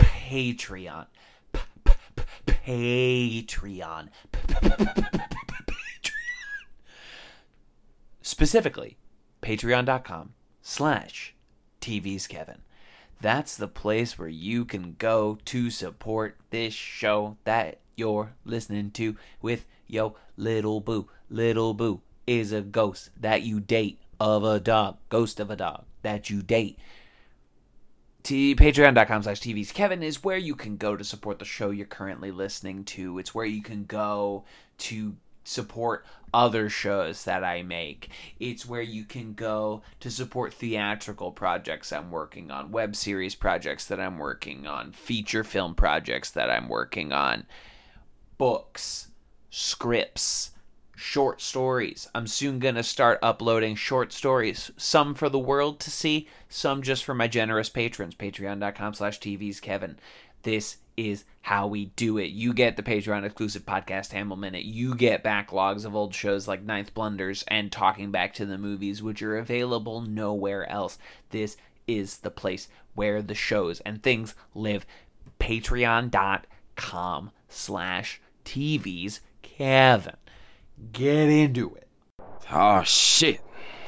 Patreon. P- p- p- Patreon. P- p- p- p- p- p- Patreon. Specifically, patreon.com slash TV's Kevin. That's the place where you can go to support this show that you're listening to with yo little boo. Little boo is a ghost that you date of a dog. Ghost of a dog that you date. T- Patreon.com slash TV's Kevin is where you can go to support the show you're currently listening to. It's where you can go to support other shows that I make. It's where you can go to support theatrical projects I'm working on, web series projects that I'm working on, feature film projects that I'm working on, books, scripts, short stories. I'm soon going to start uploading short stories, some for the world to see, some just for my generous patrons. Patreon.com slash TV's Kevin. This is how we do it. You get the Patreon exclusive podcast Hamel Minute. You get backlogs of old shows like Ninth Blunders and Talking Back to the Movies, which are available nowhere else. This is the place where the shows and things live. Patreon.com slash TV's Kevin. Get into it. Oh shit.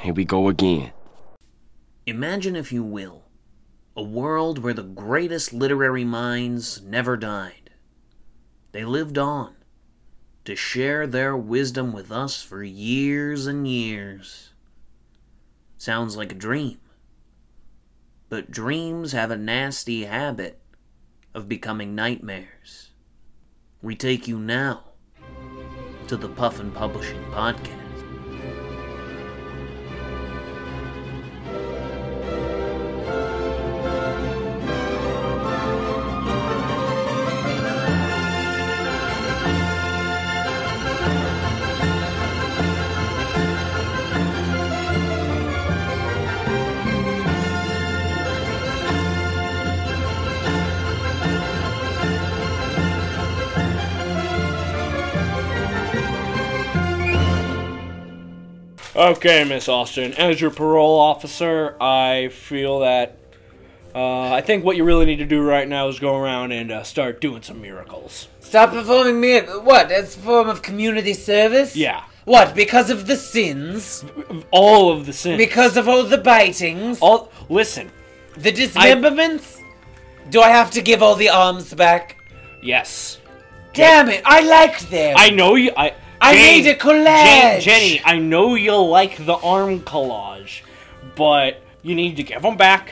Here we go again. Imagine, if you will, a world where the greatest literary minds never died. They lived on to share their wisdom with us for years and years. Sounds like a dream. But dreams have a nasty habit of becoming nightmares. We take you now to the Puffin Publishing Podcast. Okay, Miss Austin. As your parole officer, I feel that uh, I think what you really need to do right now is go around and uh, start doing some miracles. Stop performing me. What? As a form of community service? Yeah, What? Because of the sins? all of the sins. Because of all the bitings? all listen. the dismemberments? Do I have to give all the arms back? Yes, Damn it! I like them. I know you. I I made a collage. Jen- Jenny, I know you like the arm collage, but you need to give them back.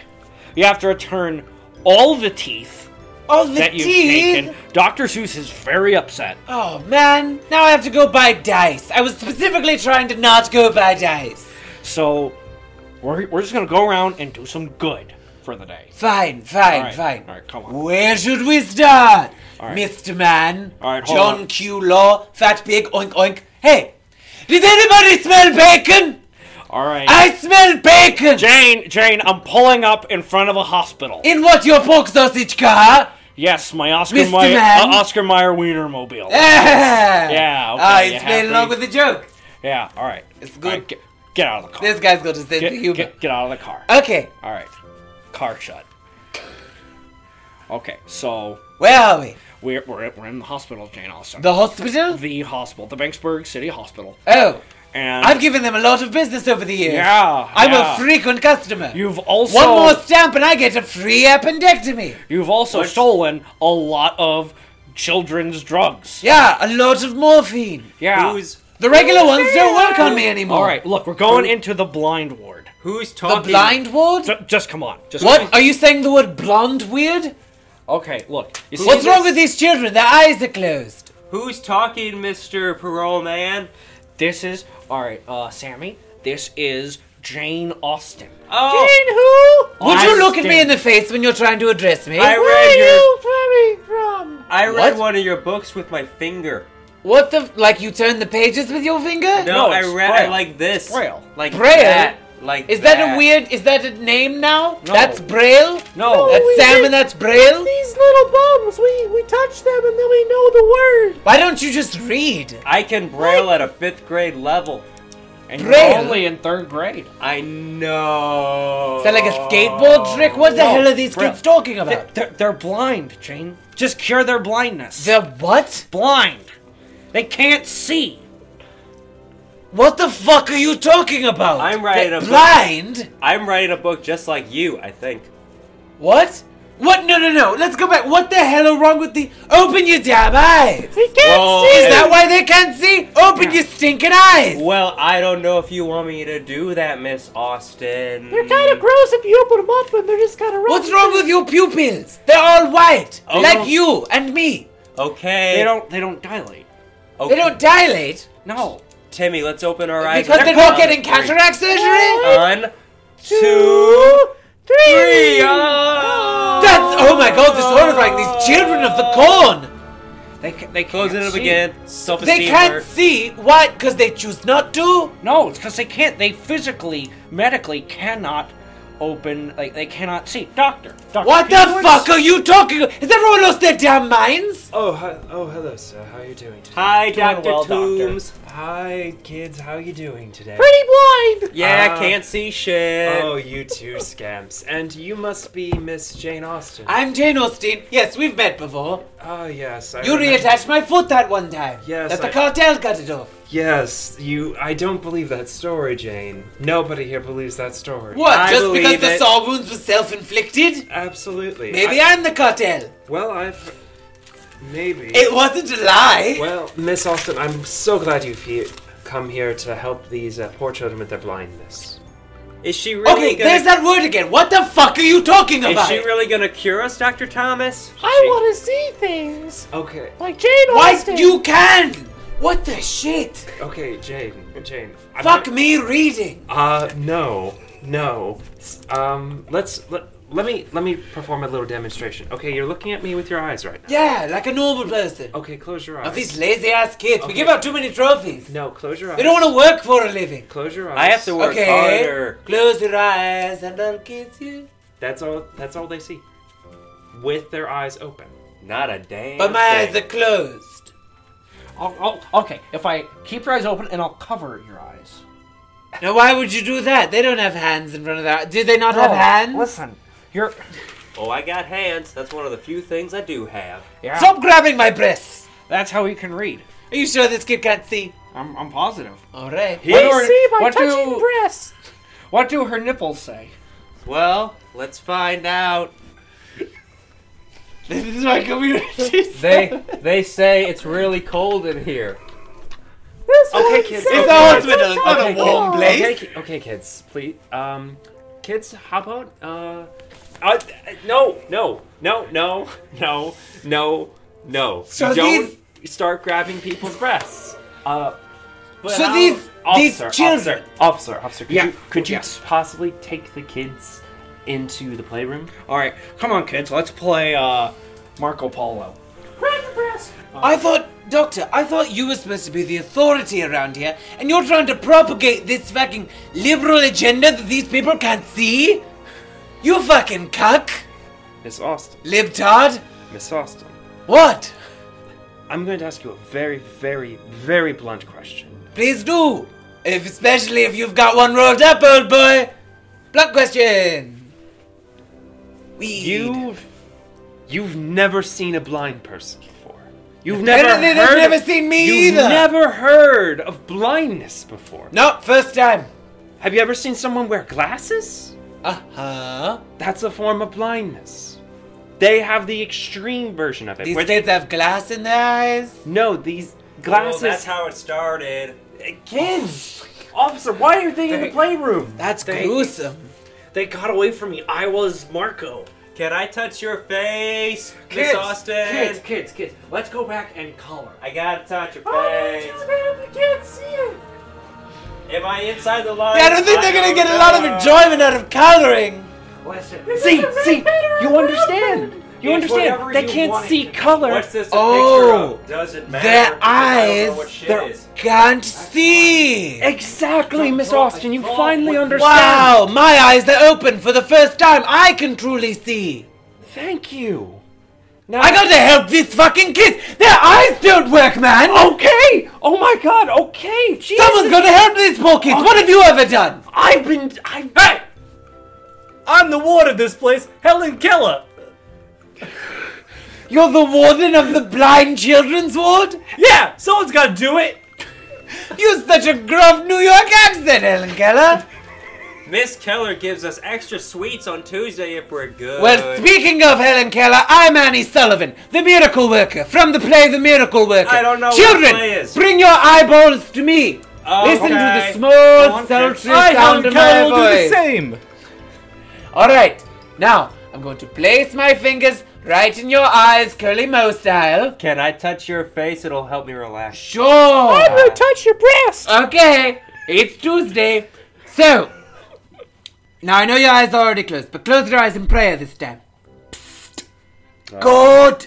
You have to return all the teeth all the that you've teeth. taken. Dr. Seuss is very upset. Oh man! Now I have to go buy dice. I was specifically trying to not go buy dice. So we're, we're just gonna go around and do some good for the day. Fine, fine, All right, fine. all right, come on. Where should we start, right. Mr. Man? All right, hold John on. Q. Law, Fat Pig, oink oink. Hey, does anybody smell bacon? All right. I smell bacon. Jane, Jane, I'm pulling up in front of a hospital. In what your pork sausage car? yes, my Oscar Mr. Mayer, Man? uh, Oscar Meyer Wiener mobile. Yeah. Yeah, okay, Ah, you it's playing happy? along with the joke. Yeah. All right. It's All good. right, get, get out of the car. This guy's got to sense of get, humor. get, get out of the car. Okay, All right. Car shut. Okay, so where are we? we're we're, we're in the hospital, Jane Austen. The hospital? the hospital, the Banksburg City Hospital, Oh, and I've given them a lot of business over the years. yeah, I'm yeah. a frequent customer. You've also One more stamp and I get a free appendectomy. You've also stolen a lot of children's drugs. Yeah, a lot of morphine. Yeah. Who's The regular ones don't work on me anymore. All right, look, we're going into the blind ward. who's The talking? blind ward? Ju- just come on. Just What? Are you saying the word blonde weird? Okay, look. You see What's this- wrong with these children? Their eyes are closed. Who's talking, Mr. Parole Man? This is all right, uh, Sammy. This is Jane Austen. Oh, who? Would you look at me in the face when you're trying to address me? I read your, coming from? I read What? one of your books with my finger. What the? f- Like you turn the pages with your finger? No, No, I it's read I braille. like this. braille. Like Braille? that. Like Is that, a weird? Is that a name now? No. That's Braille. No. That's Sam and that's Braille. These little bums. We we touch them and then we know the word. Why don't you just read? I can braille at a fifth grade level. And Braille. you're only in third grade. I know. Is that like a skateboard trick? What the No, hell are these bro. kids talking They- about? They're, they're blind, Jane. Just cure their blindness. The what? blind. They can't see. What the fuck are you talking about? I'm writing They're a book. blind. I'm writing a book just like you, I think. What? What? No, no, no. Let's go back. What the hell are wrong with the? Open your damn eyes. Is Well, that why they can't see? Open your stinking eyes. Well, I don't know if you want me to do that, Miss Austin. You're gross if you open them up and they're just kind of. What's wrong with your pupils? They're all white, Oh, like no. you and me. Okay. They don't. They don't dilate. Okay. They don't dilate No. Timmy, let's open our eyes. because and they're not count. getting cataract surgery. One, two, three. Ah! That's oh my god, this is horrifying. These children of the corn. They ca- they Close can't it up see. again. Self-esteem. They can't hurt. see. Why? Because they choose not to. No, it's because they can't. They physically, medically cannot open. Like they cannot see. Doctor. Doctor What can the fuck are you talking? Has everyone lost their damn minds? Oh, hi, oh, hello, sir. How are you doing today? Hi, Doing Doctor well, Doctor. Toombs. Hi, kids. How are you doing today? blind. Yeah, Ah. can't see shit. Oh, you two scamps. And you must be Miss Jane Austen. I'm Jane Austen. Yes, we've met before. Ah, Oh, yes. I You remember- reattached my foot that one time. Yes, That the I- cartel cut it off. Yes, you. I don't believe that story, Jane. Nobody here believes that story. What? I just because believe the it. saw wounds were self-inflicted? Absolutely. Maybe I, I... am the cartel. Well, I've. Maybe. It wasn't a lie. Well, Miss Austen, I'm so glad you've he- come here to help these uh, poor children with their blindness. Is she really okay, gonna? there's that word again. What the fuck are you talking is about? she really gonna cure us, Doctor Thomas? I want to see things Okay. like Jane Why? Austen. You can. What the shit? Okay, Jane. Jane. I'm Fuck not- me reading. Uh, no, no. S- Um, let's let, let me let me perform a little demonstration. Okay, you're looking at me with your eyes right now. Yeah, like a normal person. Okay, close your Of these eyes. lazy ass kids. We Okay. give out too many trophies. No, close your eyes. They don't want to work for a living. Close your eyes. I have to work okay. harder. Close your eyes and I'll kiss you. That's all. That's all they see. With their eyes open. Not a damn. But my eyes are thing. closed. I'll, I'll, Oh, okay, if I keep your eyes open and I'll cover your eyes. Now, why would you do that? They don't have hands in front of their eyes. Do they not have No, hands? Listen, you're. Oh, I got hands. That's one of the few things I do have. Yeah. Stop grabbing my breasts. That's how you can read. Are you sure this kid can't see? I'm, I'm positive. All right. I do her- see by what touching do- breasts. What do her nipples say? Well, let's find out. This is my community. They they say it's really cold in here. This Okay, one kids. says It's a that hospital. It's not a okay, warm kid- place. Okay, ki- okay, kids. Please. Um, kids, how about uh, uh, no, no, no, no, no, no, no. So don't start grabbing people's breasts. Uh. but So I'll- these- these officer, children- officer, officer, officer. Could Yeah, you could you yes. possibly take the kids into the playroom? Alright, come on, kids, let's play uh, Marco Polo. I thought, Doctor, I thought you were supposed to be the authority around here, and you're trying to propagate this fucking liberal agenda that these people can't see? You fucking cuck! Miss Austin, Libtard! Miss Austin. What? I'm going to ask you a very, very, very blunt question. Please do! If, especially if you've got one rolled up, old boy! Blunt question! Weed. You've you've never seen a blind person before. You've No, no, never no, they've heard never seen me you've either. never heard of blindness before. No, first time! Have you ever seen someone wear glasses? Uh huh. That's a form of blindness. They have the extreme version of it. These where kids have glass in their eyes. Oh, no, these Well, glasses. that's how it started. Kids, officer, why are they, in the playroom? That's They- gruesome. They got away from me. I was Marco. Can I touch your face, Miss Kids, Austin? kids, kids, kids. Let's go back and color. I gotta touch your Oh, face. too bad if you can't see it. Am I inside the line? Yeah, I don't think they're gonna don't get a lot of know. enjoyment out of coloring! See, doesn't see, make better you if it understand. happened. You It's understand. whatever They you can't want see it to- color. What's this a Oh, picture of? Doesn't matter. Their because I don't know eyes what shit they're- is. can't see. Exactly, Miss Austin. You finally understand. Wow, my eyes are open for the first time. I can truly see. Thank you. Now, I gotta help these fucking kids! Their eyes don't work, man! Okay. Oh my God. Okay. Jesus. Someone's gotta help these poor kids! What have you ever done? I've been. I. Hey. I'm the ward of this place, Helen Keller. You're the warden of the blind children's ward? Yeah, someone's got to do it. You're such a gruff New York accent, Helen Keller! Miss Keller gives us extra sweets on Tuesday if we're good. Well, speaking of Helen Keller, I'm Annie Sullivan, the miracle worker, from the play The Miracle Worker. I don't know what the Children, play is. bring your eyeballs to me. Listen to the Oh, Okay. Go small, on, sultry Chris. I, sound Helen of Keller, my will do the voice. same. All right, now I'm going to place my fingers right in your eyes, curly mo style. Can I touch your face? It'll help me relax. Sure. touch your breast. Okay, it's Tuesday. So, now I know your eyes are already closed, but close your eyes in prayer this time. Psst. Oh. God.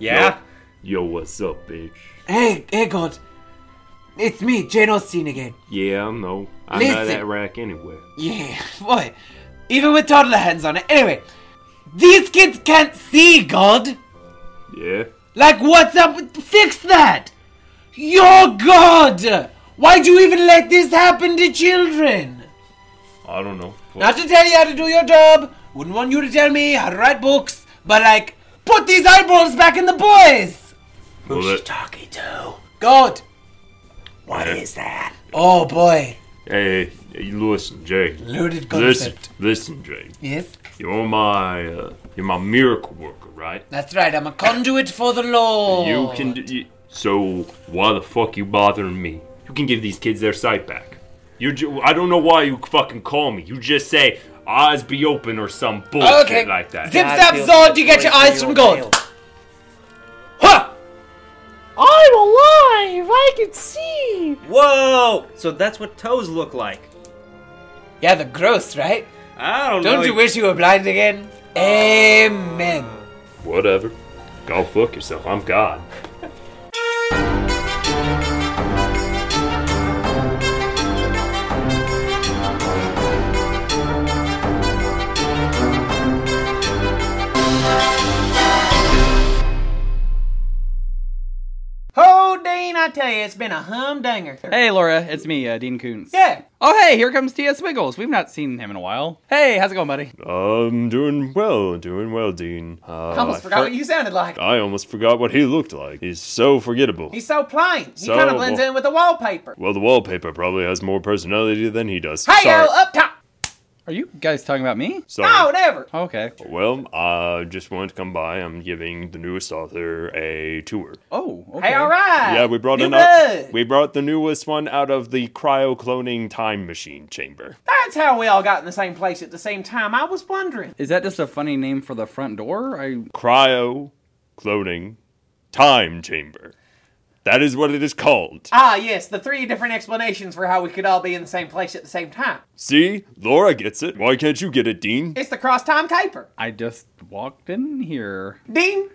Yeah. Yo, what's up, bitch? Hey, hey, God. It's me, Jane Austen again. Yeah, I know. I know Listen. that rack anyway. Yeah, boy. Even with toddler hands on it. Anyway, these kids can't see, God. Yeah. Like, what's up with. Fix that! Your God! Why'd you even let this happen to children? I don't know. Not to tell you how to do your job. Wouldn't want you to tell me how to write books. But, like, put these eyeballs back in the boys! Well, that- God! What is that? Oh, boy. hey, hey, you listen, Jay. Loaded Listen, concept. listen, Jay. Yes? You're my, uh, you're my miracle worker, right? That's right, I'm a conduit for the law. You can. Do, you, so why the fuck you bothering me? You can give these kids their sight back. You. Ju- I don't know why you fucking call me. You just say eyes be open or some bullshit Okay. like that. Zip zap zord, you get your eyes from God. Ha! I'm alive! I can see! Whoa! So that's what toes look like. Yeah, they're gross, right? I don't, know. Don't you wish you were blind again? Amen. Whatever. Go fuck yourself. I'm God. Oh, Dean, I tell you, it's been a humdinger. Hey, Laura, it's me, uh, Dean Koontz. Yeah. Oh, hey, here comes T.S. Wiggles. We've not seen him in a while. Hey, how's it going, buddy? I'm Um, doing well, doing well, Dean. Uh, I almost forgot what you sounded like. I almost forgot what he looked like. He's so forgettable. He's so plain. He So- kind of blends in with the wallpaper. well, the wallpaper probably has more personality than he does. Hey, yo, Sorry. up top. Are you guys talking about me? No, Sorry. Oh, never. Okay. Well, I just wanted to come by. I'm giving the newest author a tour. Oh, okay. Hey, all right. yeah, we brought New an blood. we brought the newest one out of the cryo cloning time machine chamber. That's how we all got in the same place at the same time. I was wondering. Is that just a funny name for the front door? I Cryo cloning time chamber. That is what it is called. Ah, yes, the three different explanations for how we could all be in the same place at the same time. See, Laura gets it. Why can't you get it, Dean? It's the cross time caper. I just walked in here. Dean,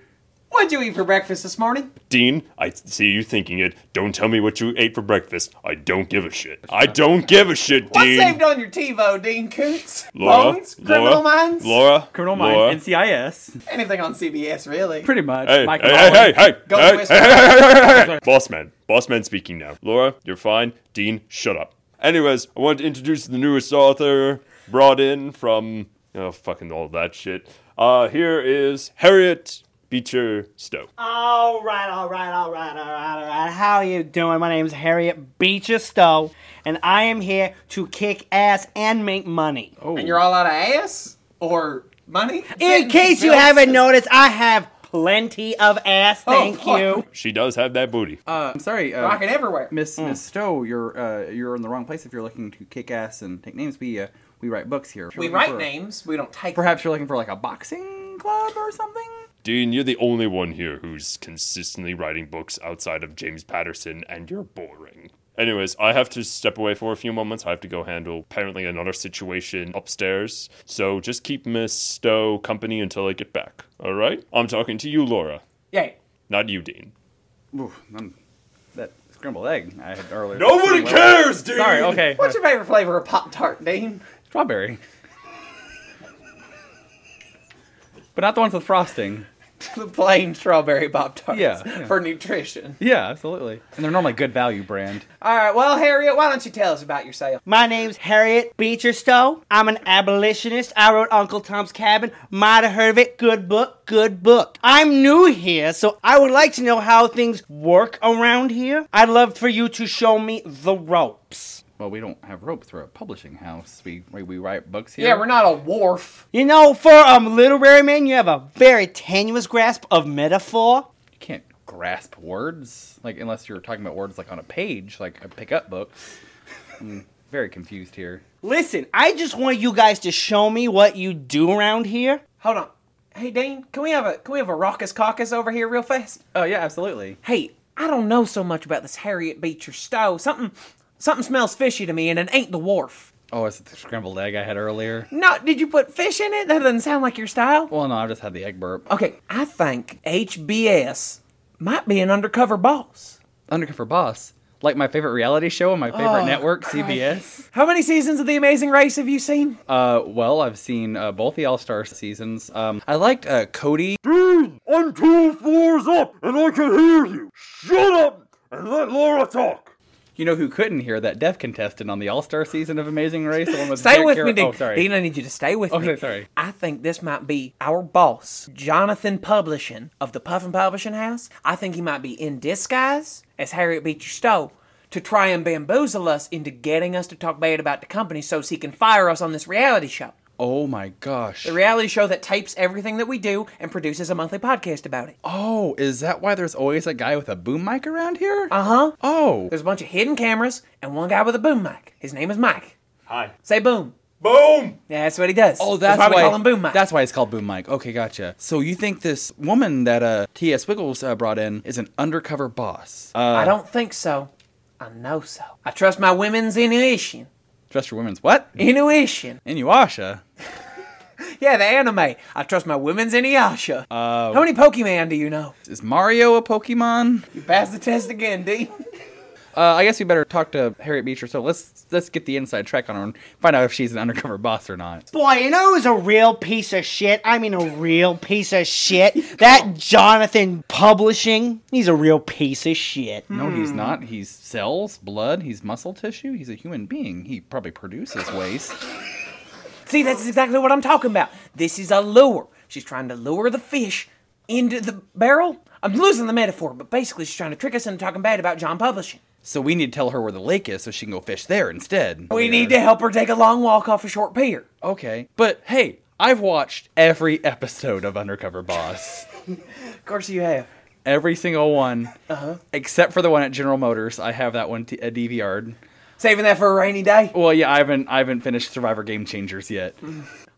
what'd you eat for breakfast this morning? Dean, I see you thinking it. Don't tell me what you ate for breakfast. I don't give a shit. I don't give a shit, What's Dean. saved on your TiVo, Dean Koontz? Laura, Bones? Criminal Laura, Minds? Laura, Criminal Laura. Minds, NCIS. Anything on CBS, really. Pretty much. Hey, hey, Mike hey, Mullen. hey, hey, Go hey, West- hey, hey, hey, hey, hey, hey. Boss man. Boss man speaking now. Laura, you're fine. Dean, shut up. Anyways, I want to introduce the newest author brought in from, oh, fucking all that shit. Uh, here is Harriet Beecher Stowe. All right, all right, all right, all right, all right. How are you doing? My name's Harriet Beecher Stowe, and I am here to kick ass and make money. Oh. And you're all out of ass? Or money? In case you haven't noticed, I have plenty of ass. Thank fuck. you. She does have that booty. Uh, I'm sorry, uh, Oh, Rocking everywhere. Miss Hmm. Miss Stowe. You're uh, you're in the wrong place if you're looking to kick ass and take names. We uh, we write books here. We You're looking for- write names, we don't take Perhaps you're looking for like a boxing club or something. Dean, you're the only one here who's consistently writing books outside of James Patterson, and you're boring. Anyways, I have to step away for a few moments. I have to go handle apparently another situation upstairs. So just keep Miss Stowe company until I get back. All right? I'm talking to you, Laura, Yeah. not you, Dean. Ooh, um, that scrambled egg I had earlier. cares, Dean. Sorry. Okay. What's your favorite flavor of Pop Tart, Dean? Strawberry. but not the ones with frosting. the plain strawberry Pop Tarts Yeah, yeah. for nutrition. Yeah, absolutely. And they're normally good value brand. All right, well, Harriet, why don't you tell us about yourself? My name's Harriet Beecher Stowe. I'm an abolitionist. I wrote Uncle Tom's Cabin. Might have heard of it. Good book, good book. I'm new here, so I would like to know how things work around here. I'd love for you to show me the ropes. Well, we don't have ropes. We're a publishing house. We we, we write books here. Yeah, we're not a wharf. You know, for a literary man, you have a very tenuous grasp of metaphor. You can't grasp words like unless you're talking about words like on a page, like a pickup book. I'm very confused here. Listen, I just want you guys to show me what you do around here. Hold on. Hey, Dean, can we have a can we have a raucous caucus over here real fast? Oh yeah, absolutely. Hey, I don't know so much about this Harriet Beecher Stowe. Something something smells fishy to me, and it ain't the wharf. Oh, is it the scrambled egg I had earlier? No, did you put fish in it? That doesn't sound like your style. Well, no, I've just had the egg burp. Okay, I think HBS might be an undercover boss. Undercover boss, like my favorite reality show on my favorite Oh, network, Christ. CBS. How many seasons of The Amazing Race have you seen? Uh, well, I've seen uh, both the All Star seasons. Um, I liked uh, Cody. Dean, I'm two floors up and I can hear you. Shut up and let Laura talk. You know who couldn't hear that deaf contestant on the All Star season of Amazing Race? The one with Stay Jack with Car- me, Dean. Oh, sorry. Dean, I need you to stay with Oh, me. sorry. I think this might be our boss, Jonathan Publishing of the Puffin Publishing House. I think he might be in disguise as Harriet Beecher Stowe to try and bamboozle us into getting us to talk bad about the company so as he can fire us on this reality show. Oh my gosh. The reality show that tapes everything that we do and produces a monthly podcast about it. Oh, is that why there's always a guy with a boom mic around here? Uh huh. Oh. There's a bunch of hidden cameras and one guy with a boom mic. His name is Mike. Hi. Say boom. Boom! Yeah, that's what he does. Oh, that's, why we call him boom mic. That's why it's called boom mic. Okay, gotcha. So you think this woman that uh, T.S. Wiggles uh, brought in is an undercover boss? Uh, I don't think so. I know so. I trust my women's intuition. Trust your women's what? Intuition. Inuasha. Yeah, the anime. I trust my women's inuyasha. Uh, How many Pokemon do you know? Is Mario a Pokemon? You passed the test again, D. Uh, I guess we better talk to Harriet Beecher. So let's let's get the inside track on her and find out if she's an undercover boss or not. Boy, you know who's a real piece of shit? I mean, a real piece of shit. That Jonathan Publishing, he's a real piece of shit. No, he's not. He's cells, blood. He's muscle tissue. He's a human being. He probably produces waste. See, that's exactly what I'm talking about. This is a lure. She's trying to lure the fish into the barrel. I'm losing the metaphor, but basically she's trying to trick us into talking bad about John Publishing. So we need to tell her where the lake is so she can go fish there instead. We need to help her take a long walk off a short pier. Okay. But hey, I've watched every episode of Undercover Boss. Of course you have. every single one. Uh-huh. Except for the one at General Motors. I have that one t- uh, DVR'd. Saving that for a rainy day? Well, yeah, I haven't I haven't finished Survivor Game Changers yet.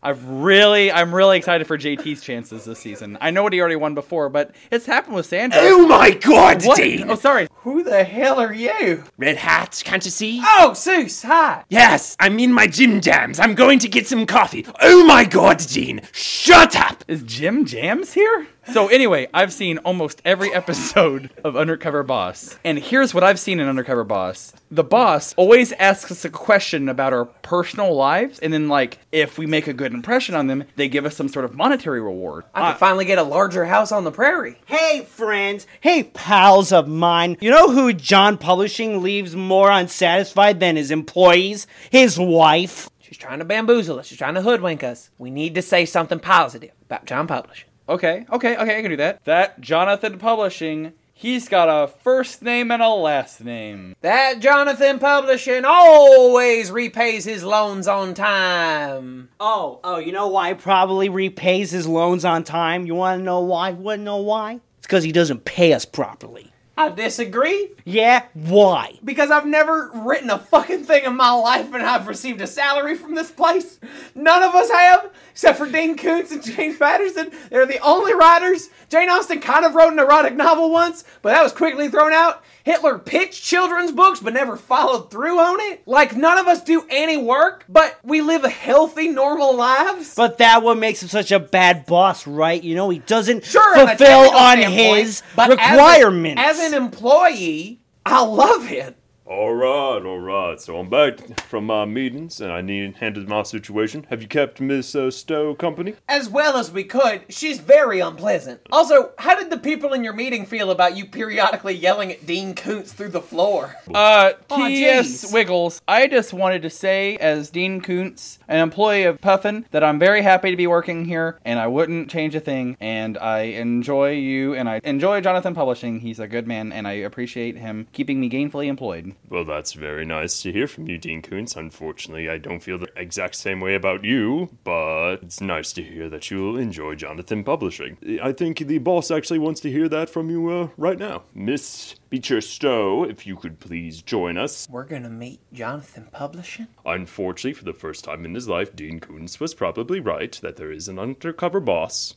I've really I'm really excited for JT's chances this season. I know what he already won before, but it's happened with Sandra. Oh my God, What? Dean! Oh, sorry. Who the hell are you? Red Hat, can't you see? Oh, Seuss, hi. Yes, I'm in my Jim Jams. I'm going to get some coffee. Oh my God, Dean! Shut up! Is Jim Jams here? So anyway, I've seen almost every episode of Undercover Boss. And here's what I've seen in Undercover Boss. The boss always asks us a question about our personal lives and then like if we make a good impression on them, they give us some sort of monetary reward. I could finally get a larger house on the prairie. Hey, friends. Hey, pals of mine. You know who John Publishing leaves more unsatisfied than his employees? His wife. She's trying to bamboozle us. She's trying to hoodwink us. We need to say something positive about John Publishing. Okay, okay, okay, I can do that. That Jonathan Publishing, he's got a first name and a last name. That Jonathan Publishing always repays his loans on time. Oh, oh, you know why? Probably repays his loans on time. You want to know why? Want to know why? It's because he doesn't pay us properly. I disagree Yeah? Why? because I've never written a fucking thing in my life and I've received a salary from this place. None of us have, except for Dean Koontz and James Patterson. They're the only writers. Jane Austen kind of wrote an erotic novel once, but that was quickly thrown out. Hitler pitched children's books but never followed through on it. Like, none of us do any work, but we live a healthy, normal lives. But that what makes him such a bad boss, right? You know, he doesn't Sure, on a fulfill technical on standpoint, his but as a- requirements. As, an employee, I love it. All right, all right. So I'm back from my meetings, and I need a hand in my situation. Have you kept Miss uh, Stowe company? As well as we could, she's very unpleasant. Also, how did the people in your meeting feel about you periodically yelling at Dean Koontz through the floor? Uh, Aw, T.S. jeez. Wiggles, I just wanted to say, as Dean Koontz, an employee of Puffin, that I'm very happy to be working here, and I wouldn't change a thing, and I enjoy you, and I enjoy Jonathan Publishing. He's a good man, and I appreciate him keeping me gainfully employed. Well, that's very nice to hear from you, Dean Koontz. Unfortunately, I don't feel the exact same way about you, but it's nice to hear that you'll enjoy Jonathan Publishing. I think the boss actually wants to hear that from you uh, right now. Miss Beecher Stowe, if you could please join us. We're gonna meet Jonathan Publishing? Unfortunately, for the first time in his life, Dean Koontz was probably right that there is an undercover boss.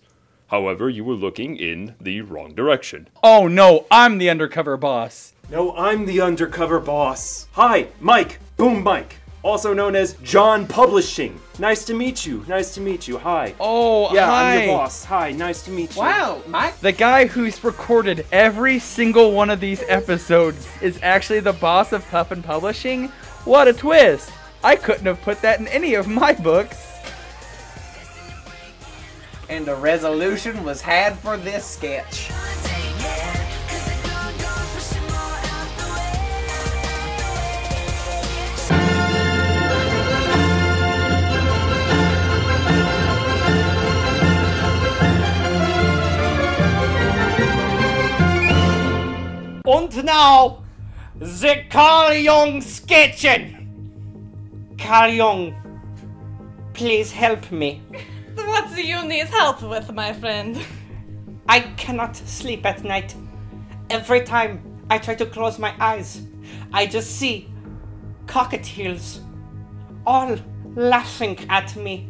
However, you were looking in the wrong direction. Oh no, I'm the undercover boss. No, I'm the undercover boss. Hi, Mike. Boom Mike. Also known as John Publishing. Nice to meet you. Nice to meet you. Hi. Oh, yeah, I'm hi. your boss. Hi, nice to meet you. Wow, Mike. The guy who's recorded every single one of these episodes is actually the boss of Puffin Publishing? What a twist! I couldn't have put that in any of my books. And a resolution was had for this sketch. Und now, the Carl Jung sketchen. Carl Jung, please help me. What do you need help with, my friend? I cannot sleep at night. Every time I try to close my eyes, I just see cockatiels all laughing at me.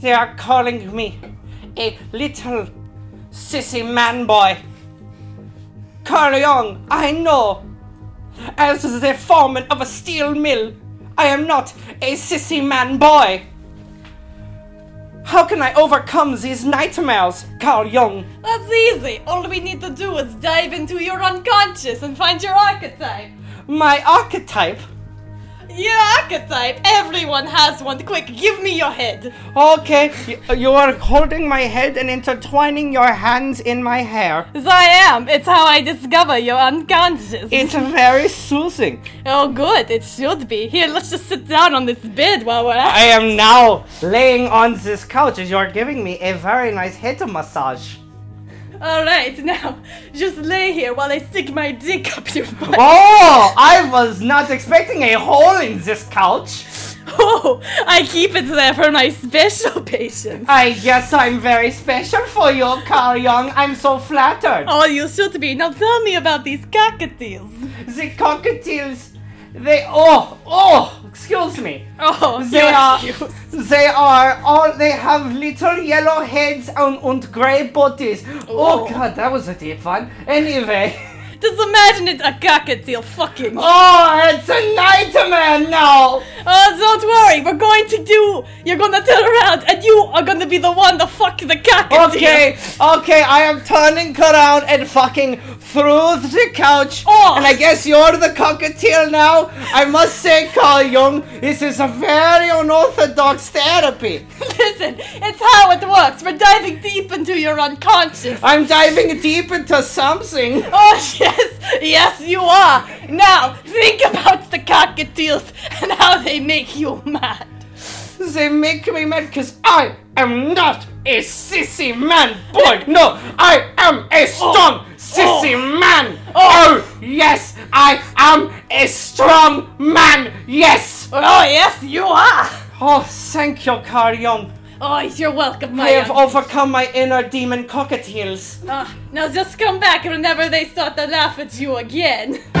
They are calling me a little sissy man boy. Carl Jung, I know. As the foreman of a steel mill, I am not a sissy man boy. How can I overcome these nightmares, Carl Jung? That's easy. All we need to do is dive into your unconscious and find your archetype. My archetype? Your archetype? Everyone has one. Quick, give me your head. Okay, y- you are holding my head and intertwining your hands in my hair. As I am, it's how I discover your unconscious. It's very soothing. Oh, good, it should be. Here, let's just sit down on this bed while we're at I am now laying on this couch as you are giving me a very nice head massage. Alright, now, just lay here while I stick my dick up your butt. Oh, I was not expecting a hole in this couch. Oh, I keep it there for my special patients. I guess I'm very special for you, Carl Young. I'm so flattered. Oh, you should be. Now tell me about these cockatiels. The cockatiels, they oh oh excuse me. Oh, they you're are they are all they have little yellow heads and, and grey bodies. Oh. god, that was a deep one. Anyway. Just imagine it a cockatiel fucking. Oh, it's a nightmare now. Oh, don't worry. We're going to do. You're gonna turn around, and you are gonna be the one to fuck the cockatiel. Okay, okay, I am turning around and fucking through the couch. And I guess you're the cockatiel now. I must say, Carl Jung, this is a very unorthodox therapy. Listen, it's how it works. We're diving deep into your unconscious. I'm diving deep into something. Oh yes, yes you are. Now think about the cockatiels and how they make you mad. They make me mad because I am not a sissy man boy. No, I am Oh. a strong sissy man. Oh. yes, I am a strong man. Yes. Oh, yes, you are. Oh, thank you, Carl Jung. Oh, you're welcome, my I have young- overcome my inner demon cockatiels. Ah, now just come back whenever they start to laugh at you again.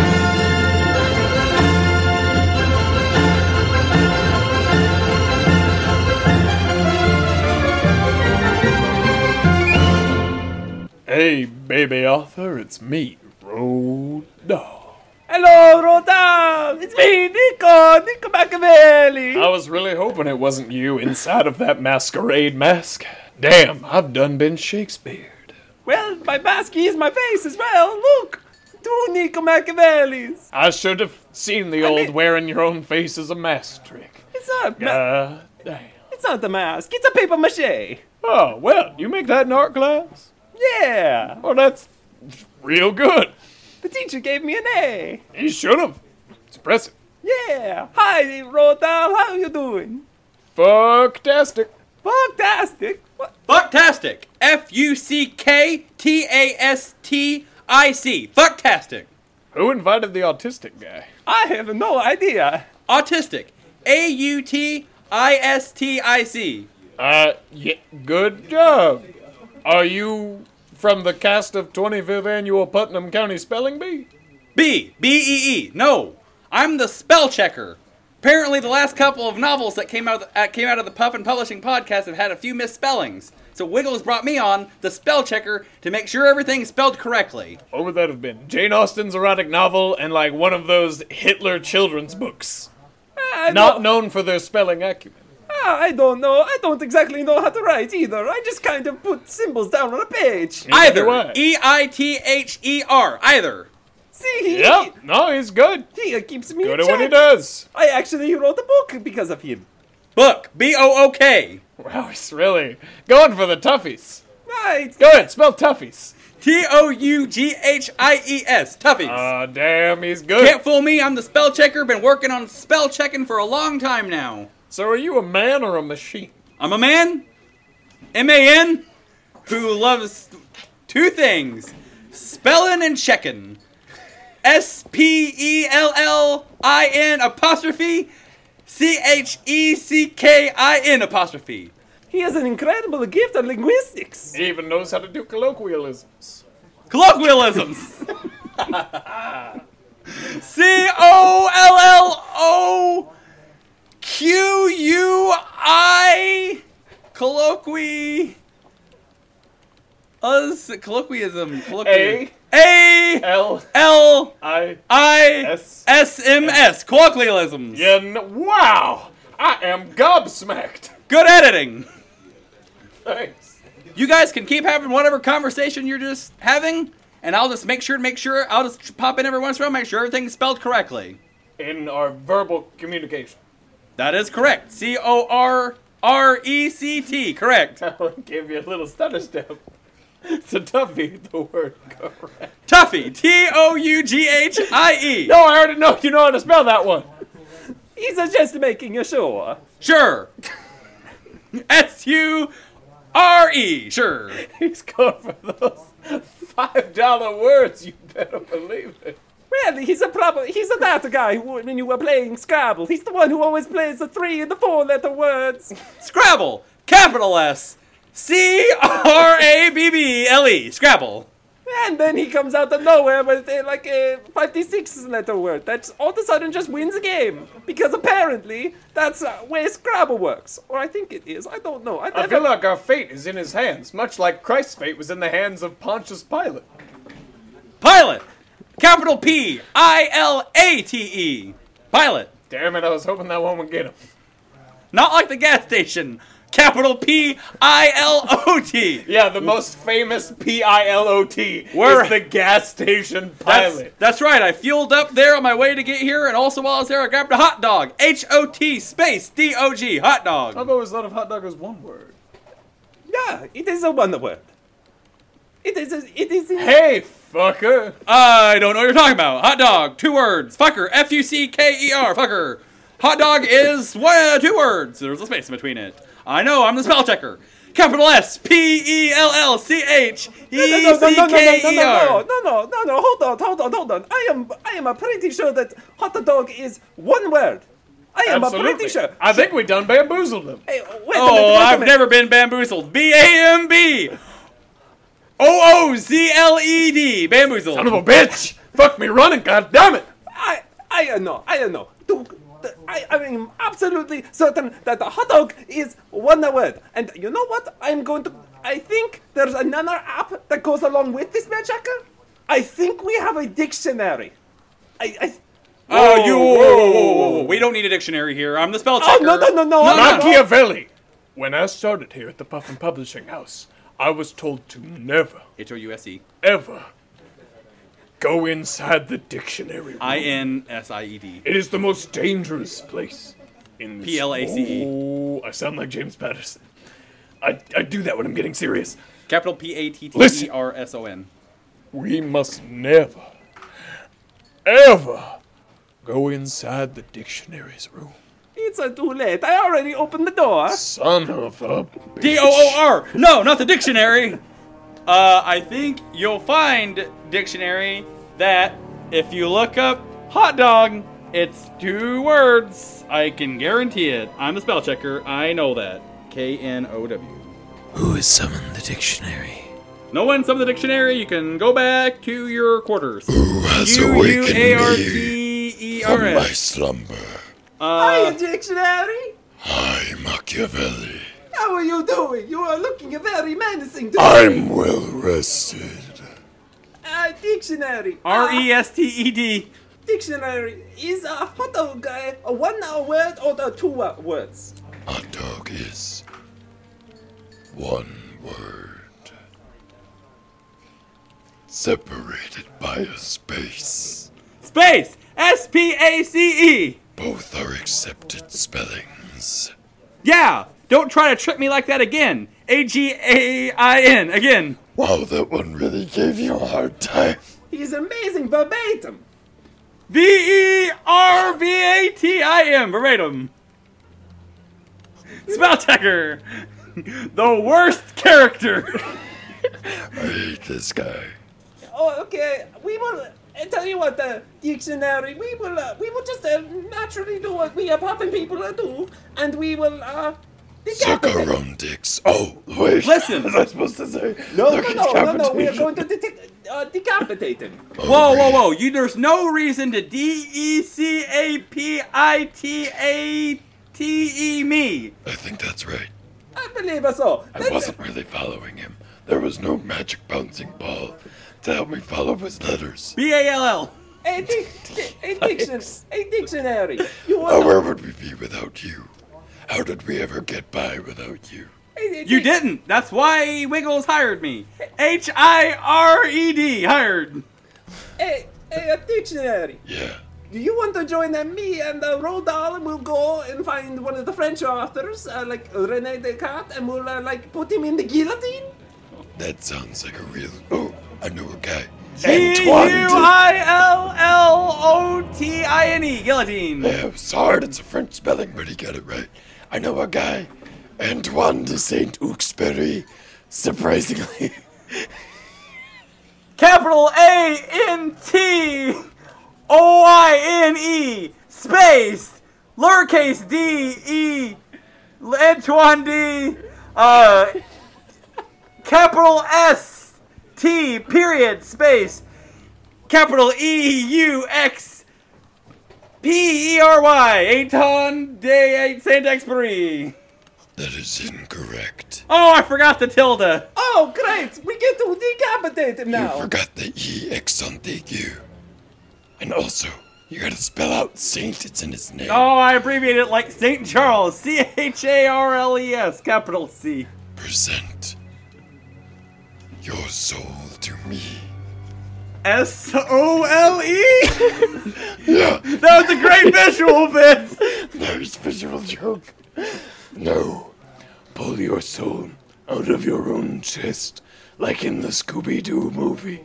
Hey, baby author, it's me, Road Dog. Hello, Rodam! It's me, Nico! Nico Machiavelli! I was really hoping it wasn't you inside of that masquerade mask. Damn, I've done been Shakespeare. Well, my mask is my face as well! Look! Two Nico Machiavellis! I should have seen the old wearing your own face as a mask trick. It's not a ma- Uh, It's not the mask. It's a paper mache. oh, well, you make that in art class? Yeah. Oh, Well, that's real good. The teacher gave me an A. You should have. It's impressive. Yeah. Hi, Rodal. How you doing? Fucktastic. Fucktastic. Fucktastic. F U C K T A S T I C. Fucktastic. Who invited the autistic guy? I have no idea. Autistic. A U T I S T I C. Uh, yeah, good job. Are you from the cast of 25th Annual Putnam County Spelling Bee? B. B E E. No. I'm the spell checker. Apparently, the last couple of novels that came out of the, uh, came out of the Puffin Publishing podcast have had a few misspellings. So Wiggles brought me on, the spell checker, to make sure everything's spelled correctly. What would that have been? Jane Austen's erotic novel and like one of those Hitler children's books. Not known for their spelling acumen. Ah, I don't know. I don't exactly know how to write either. I just kind of put symbols down on a page. Either. E I T H E R. Either. See? Yep. No, he's good. He uh, keeps me Good in at what he check. does. I actually wrote a book because of him. Book. B O O K. Wow, he's really going for the toughies. E Right. Go ahead, spell toughies. T O U G H I E S. Toughies. Ah, damn, he's good. Can't fool me. I'm the spell checker. Been working on spell checking for a long time now. So, are you a man or a machine? I'm a man. M A N. Who loves two things spelling and checking. S P E L L I N apostrophe C H E C K I N apostrophe. He has an incredible gift of linguistics. He even knows how to do colloquialisms. Colloquialisms. C O L L O Q U I colloqui. Us colloquiism. Colloquium. A L L I I S M S colloquialisms. Yeah. n- Wow. I am gobsmacked. Good editing. Thanks. You guys can keep having whatever conversation you're just having, and I'll just make sure to make sure I'll just pop in every once in a while, make sure everything's spelled correctly. In our verbal communication. That is correct. C O R R E C T. Correct. I'll give you a little stutter step. So toughie, the word correct. Tuffy. T O U G H I E. No, I already know you know how to spell that one. He's just making a sure. Sure. S U R E. Sure. He's going for those five dollar words. You better believe it. Really, he's a proper, he's a that guy who, when you were playing Scrabble, he's the one who always plays the three and the four letter words. Scrabble. Capital S. C R A B B L E. Scrabble. And then he comes out of nowhere with uh, like a 56 letter word that all of a sudden just wins a game. Because apparently that's uh, where Scrabble works. Or I think it is. I don't know. I, I never- feel like our fate is in his hands, much like Christ's fate was in the hands of Pontius Pilate. Pilot. Capital P I L A T E. Pilot. Damn it, I was hoping that one would get him. Not like the gas station. Capital P I L O T. Yeah, the most famous P I L O T Where- is the gas station That's, pilot. that's right. I fueled up there on my way to get here, and also while I was there, I grabbed a hot dog. H O T space D O G hot dog. I've always thought of hot dog as one word. Yeah, it is a wonder word. It is. A, it is. A, Hey, fucker. I don't know what you're talking about. Hot dog, two words. Fucker. F U C K E R. Fucker. Hot dog is one, two words. There's a space in between it. I know. I'm the spell checker. Capital S P E L L C H E no, no, C no, no, no, K E no, no, R. no, no, no, no, hold on, hold on, hold on. I am, I am uh, pretty sure that hot dog is one word. I am uh, pretty sure. I think we done bamboozled him. Hey, wait a minute, Oh, wait a I've minute. never been bamboozled. B A M B O O Z L E D. Bamboozled. Son of a bitch! Fuck me running, god damn it! I, I don't know, I don't know. Do- the- I, I am absolutely certain that the hot dog is one word. And you know what? I'm going to. I think there's another app that goes along with this spell checker. I think we have a dictionary. I, I Oh, you! Whoa, whoa, whoa, whoa, whoa. We don't need a dictionary here. I'm the spell checker. no, no, no, no, Machiavelli! When I started here at the Puffin Publishing House, I was told to never, H O U S E. ever Go inside the dictionary. I N S I E D. It is the most dangerous place in this. P L A C E. Oh, I sound like James Patterson. I, I do that when I'm getting serious. Capital P A T T E Listen. R S O N. We must never, ever go inside the dictionary's room. It's uh, too late. I already opened the door. Son of a. D O O R. No, not the dictionary. Uh, I think you'll find dictionary that if you look up hot dog, it's two words. I can guarantee it. I'm a spell checker. I know that. K N O W. Who has summoned the dictionary? No one summoned the dictionary. You can go back to your quarters. Who has awakened me from my slumber? Uh, Hiya, dictionary. I, Machiavelli, How are you doing? You are looking very menacing today. I'm well rested. Uh, dictionary. R E S T E D. Dictionary is a hot dog, uh, a one uh, word or the two uh, words. Hot dog is one word, separated by a space. Space. S P A C E. Both are accepted spellings. Yeah. Don't try to trick me like that again. A G A I N. Again. Wow, that one really gave you a hard time. He is amazing verbatim. V E R B A T I M, verbatim. Spell checker, the worst character. I hate this guy. Oh, okay. We will uh, tell you what the dictionary. We will uh, we will just uh, naturally do what we apartment people uh, do, and we will uh. Suck our own dicks. Oh, wait. Listen. What was I supposed to say? No, Look no, at no, no, no. We are capitation. going to detect, uh, decapitate him. Whoa, whoa, whoa! You, there's no reason to D E C A P I T A T E me. I think that's right. I believe us all. I wasn't really following him. There was no magic bouncing ball to help me follow his letters. B A L L. A, dic- a, diction- a dictionary. You Oh, want where would we be without you? How did we ever get by without you? You didn't. That's why Wiggles hired me. H I R E D. Hired. a, a, a dictionary? Yeah. Do you want to join uh, me and uh, Rodal? and We'll go and find one of the French authors, uh, like Rene Descartes, and we'll uh, like put him in the guillotine. That sounds like a real. Oh, I know a guy. G U I L L O T I N E. Guillotine. Yeah, it was hard. It's a French spelling, but he got it right. I know a guy, Antoine de Saint Uxbury. Surprisingly, Capital A N T O I N E space lowercase d e Antoine D uh, capital S T period space capital E U X P E R Y Anton de Saint Expery. that is incorrect. Oh, I forgot the tilde. Oh, great! We get to decapitate him now. You forgot the E accent aigu. And also, you gotta spell out Saint, it's in his name. Oh, I abbreviate it like St. Charles. C H A R L E S, capital C. Present your soul to me. S O L E? Yeah. That was a great visual bit! Nice visual joke. No. Pull your soul out of your own chest, like in the Scooby Doo movie.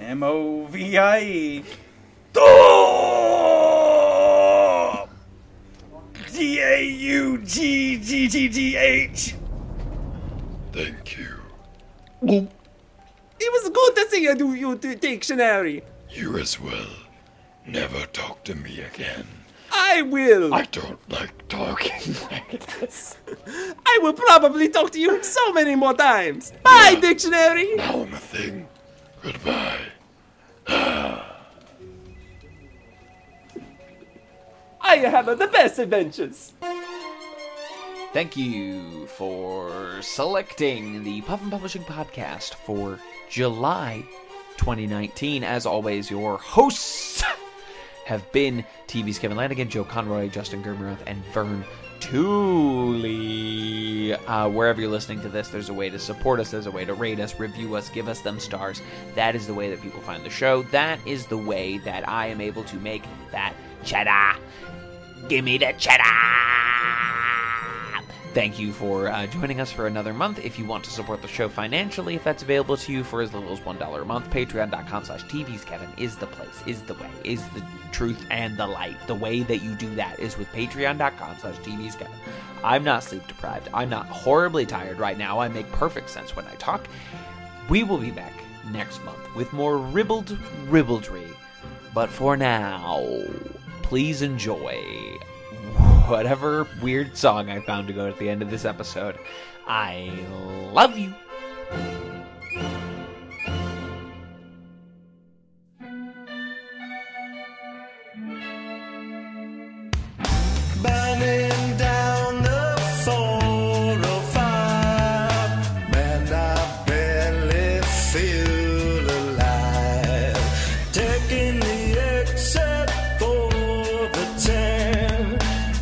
M O V I E. Oh. D A U G G G G H. Thank you. It was good to see you do you do dictionary. You as well. Never talk to me again. I will. I don't like talking like this. I will probably talk to you so many more times. Bye, dictionary. Now I'm a thing. Goodbye. I have the best adventures. Thank you for selecting the Puff and Publishing podcast for July 2019. As always, your hosts have been TV's Kevin Lanigan, Joe Conroy, Justin Germeroth, and Vern Thule. Uh, wherever you're listening to this, there's a way to support us, there's a way to rate us, review us, give us them stars. That is the way that people find the show. That is the way that I am able to make that cheddar. Give me the cheddar! Thank you for uh, joining us for another month. If you want to support the show financially, if that's available to you for as little as $1 a month, patreon.com slash TV's Kevin is the place, is the way, is the truth and the light. The way that you do that is with patreon.com slash TV's Kevin. I'm not sleep deprived. I'm not horribly tired right now. I make perfect sense when I talk. We will be back next month with more ribald ribaldry. But for now, please enjoy whatever weird song I found to go at the end of this episode. I love you. Burning down the soul of fire. Man, I barely feel alive. Taking the exit for the ten.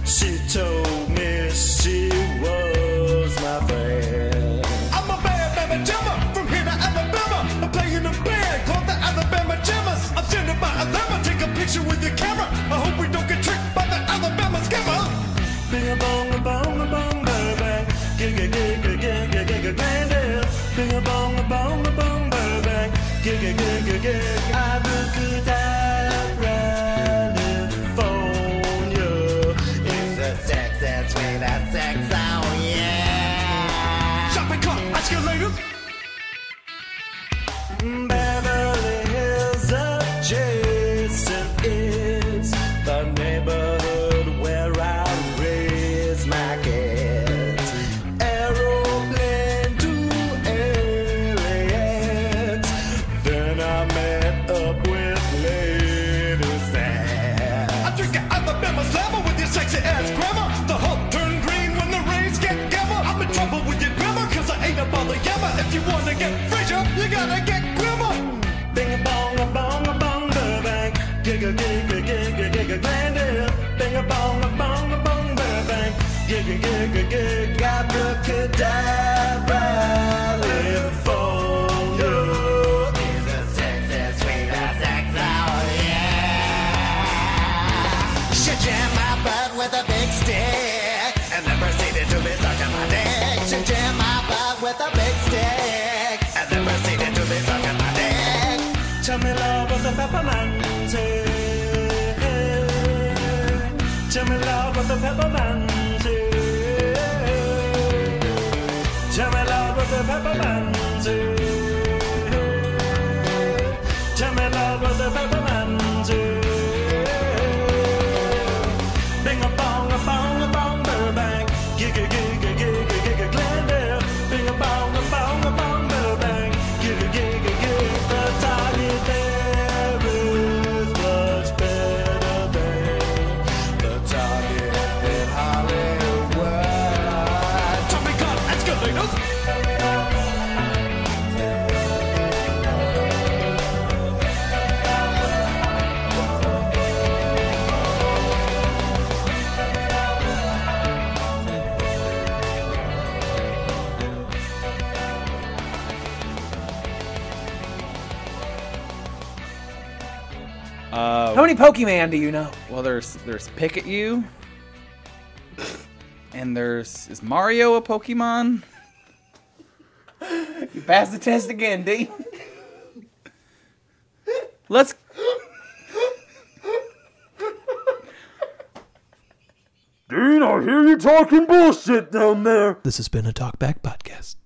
She told me she was my friend. I'm a bad Alabama jammer from here to Alabama. I'm playing a band called the Alabama Jammers. I'm standing by Alabama, take a picture with your camera. I hope we don't get tricked by the Alabama scammer. Bing a bong a bong a bong bada bang. Giga giga giga giga bandit. Bing a bong a bong a bong bada bang. Giga giga giga. Abracadabra, California. It's a sex that's way that sex. Oh yeah. Shopping cart, escalators. Beverly Hills adjacent is the neighborhood where I raise my kids. Aeroplane to aliens. Then I met up with ladies there. I drink an Alabama slammer with your sexy ass grandma. The Hulk turned green when the rays get gamma. I'm in trouble with your grandma cause I ain't a bother yammer. If you wanna get fresher, you gotta get grimmer. Bing a bong a bong a bong a bang. Giga giga giga giga glandale. Bing a bong a bong a bong a bang. Giga giga giga abracadabra. Live for you. Is a sex, that's sweet, that's sex, oh yeah. She jammed my butt with a big stick and then proceeded to be sucking my dick. She jammed my butt with a big stick and then proceeded to be sucking my dick. Tell me love was a peppermint tea. Tell me love was a peppermint tea. Tell me love was a peppermint tea. Tell me love was a peppermint tea. Bing a bong a bong a bong bada bang. Giga giga giga giga Glendale. Bing a bong a bong a bong bada bang. Giga giga giga. The tiny there is much better than the tiny in Hollywood. Tommy Gunn, escalators. Uh, How many Pokemon do you know? Uh, Well, there's there's pick at you, and there's is Mario a Pokemon? You passed the test again, D. Let's. Dean, I hear you talking bullshit down there. This has been a Talkback Podcast.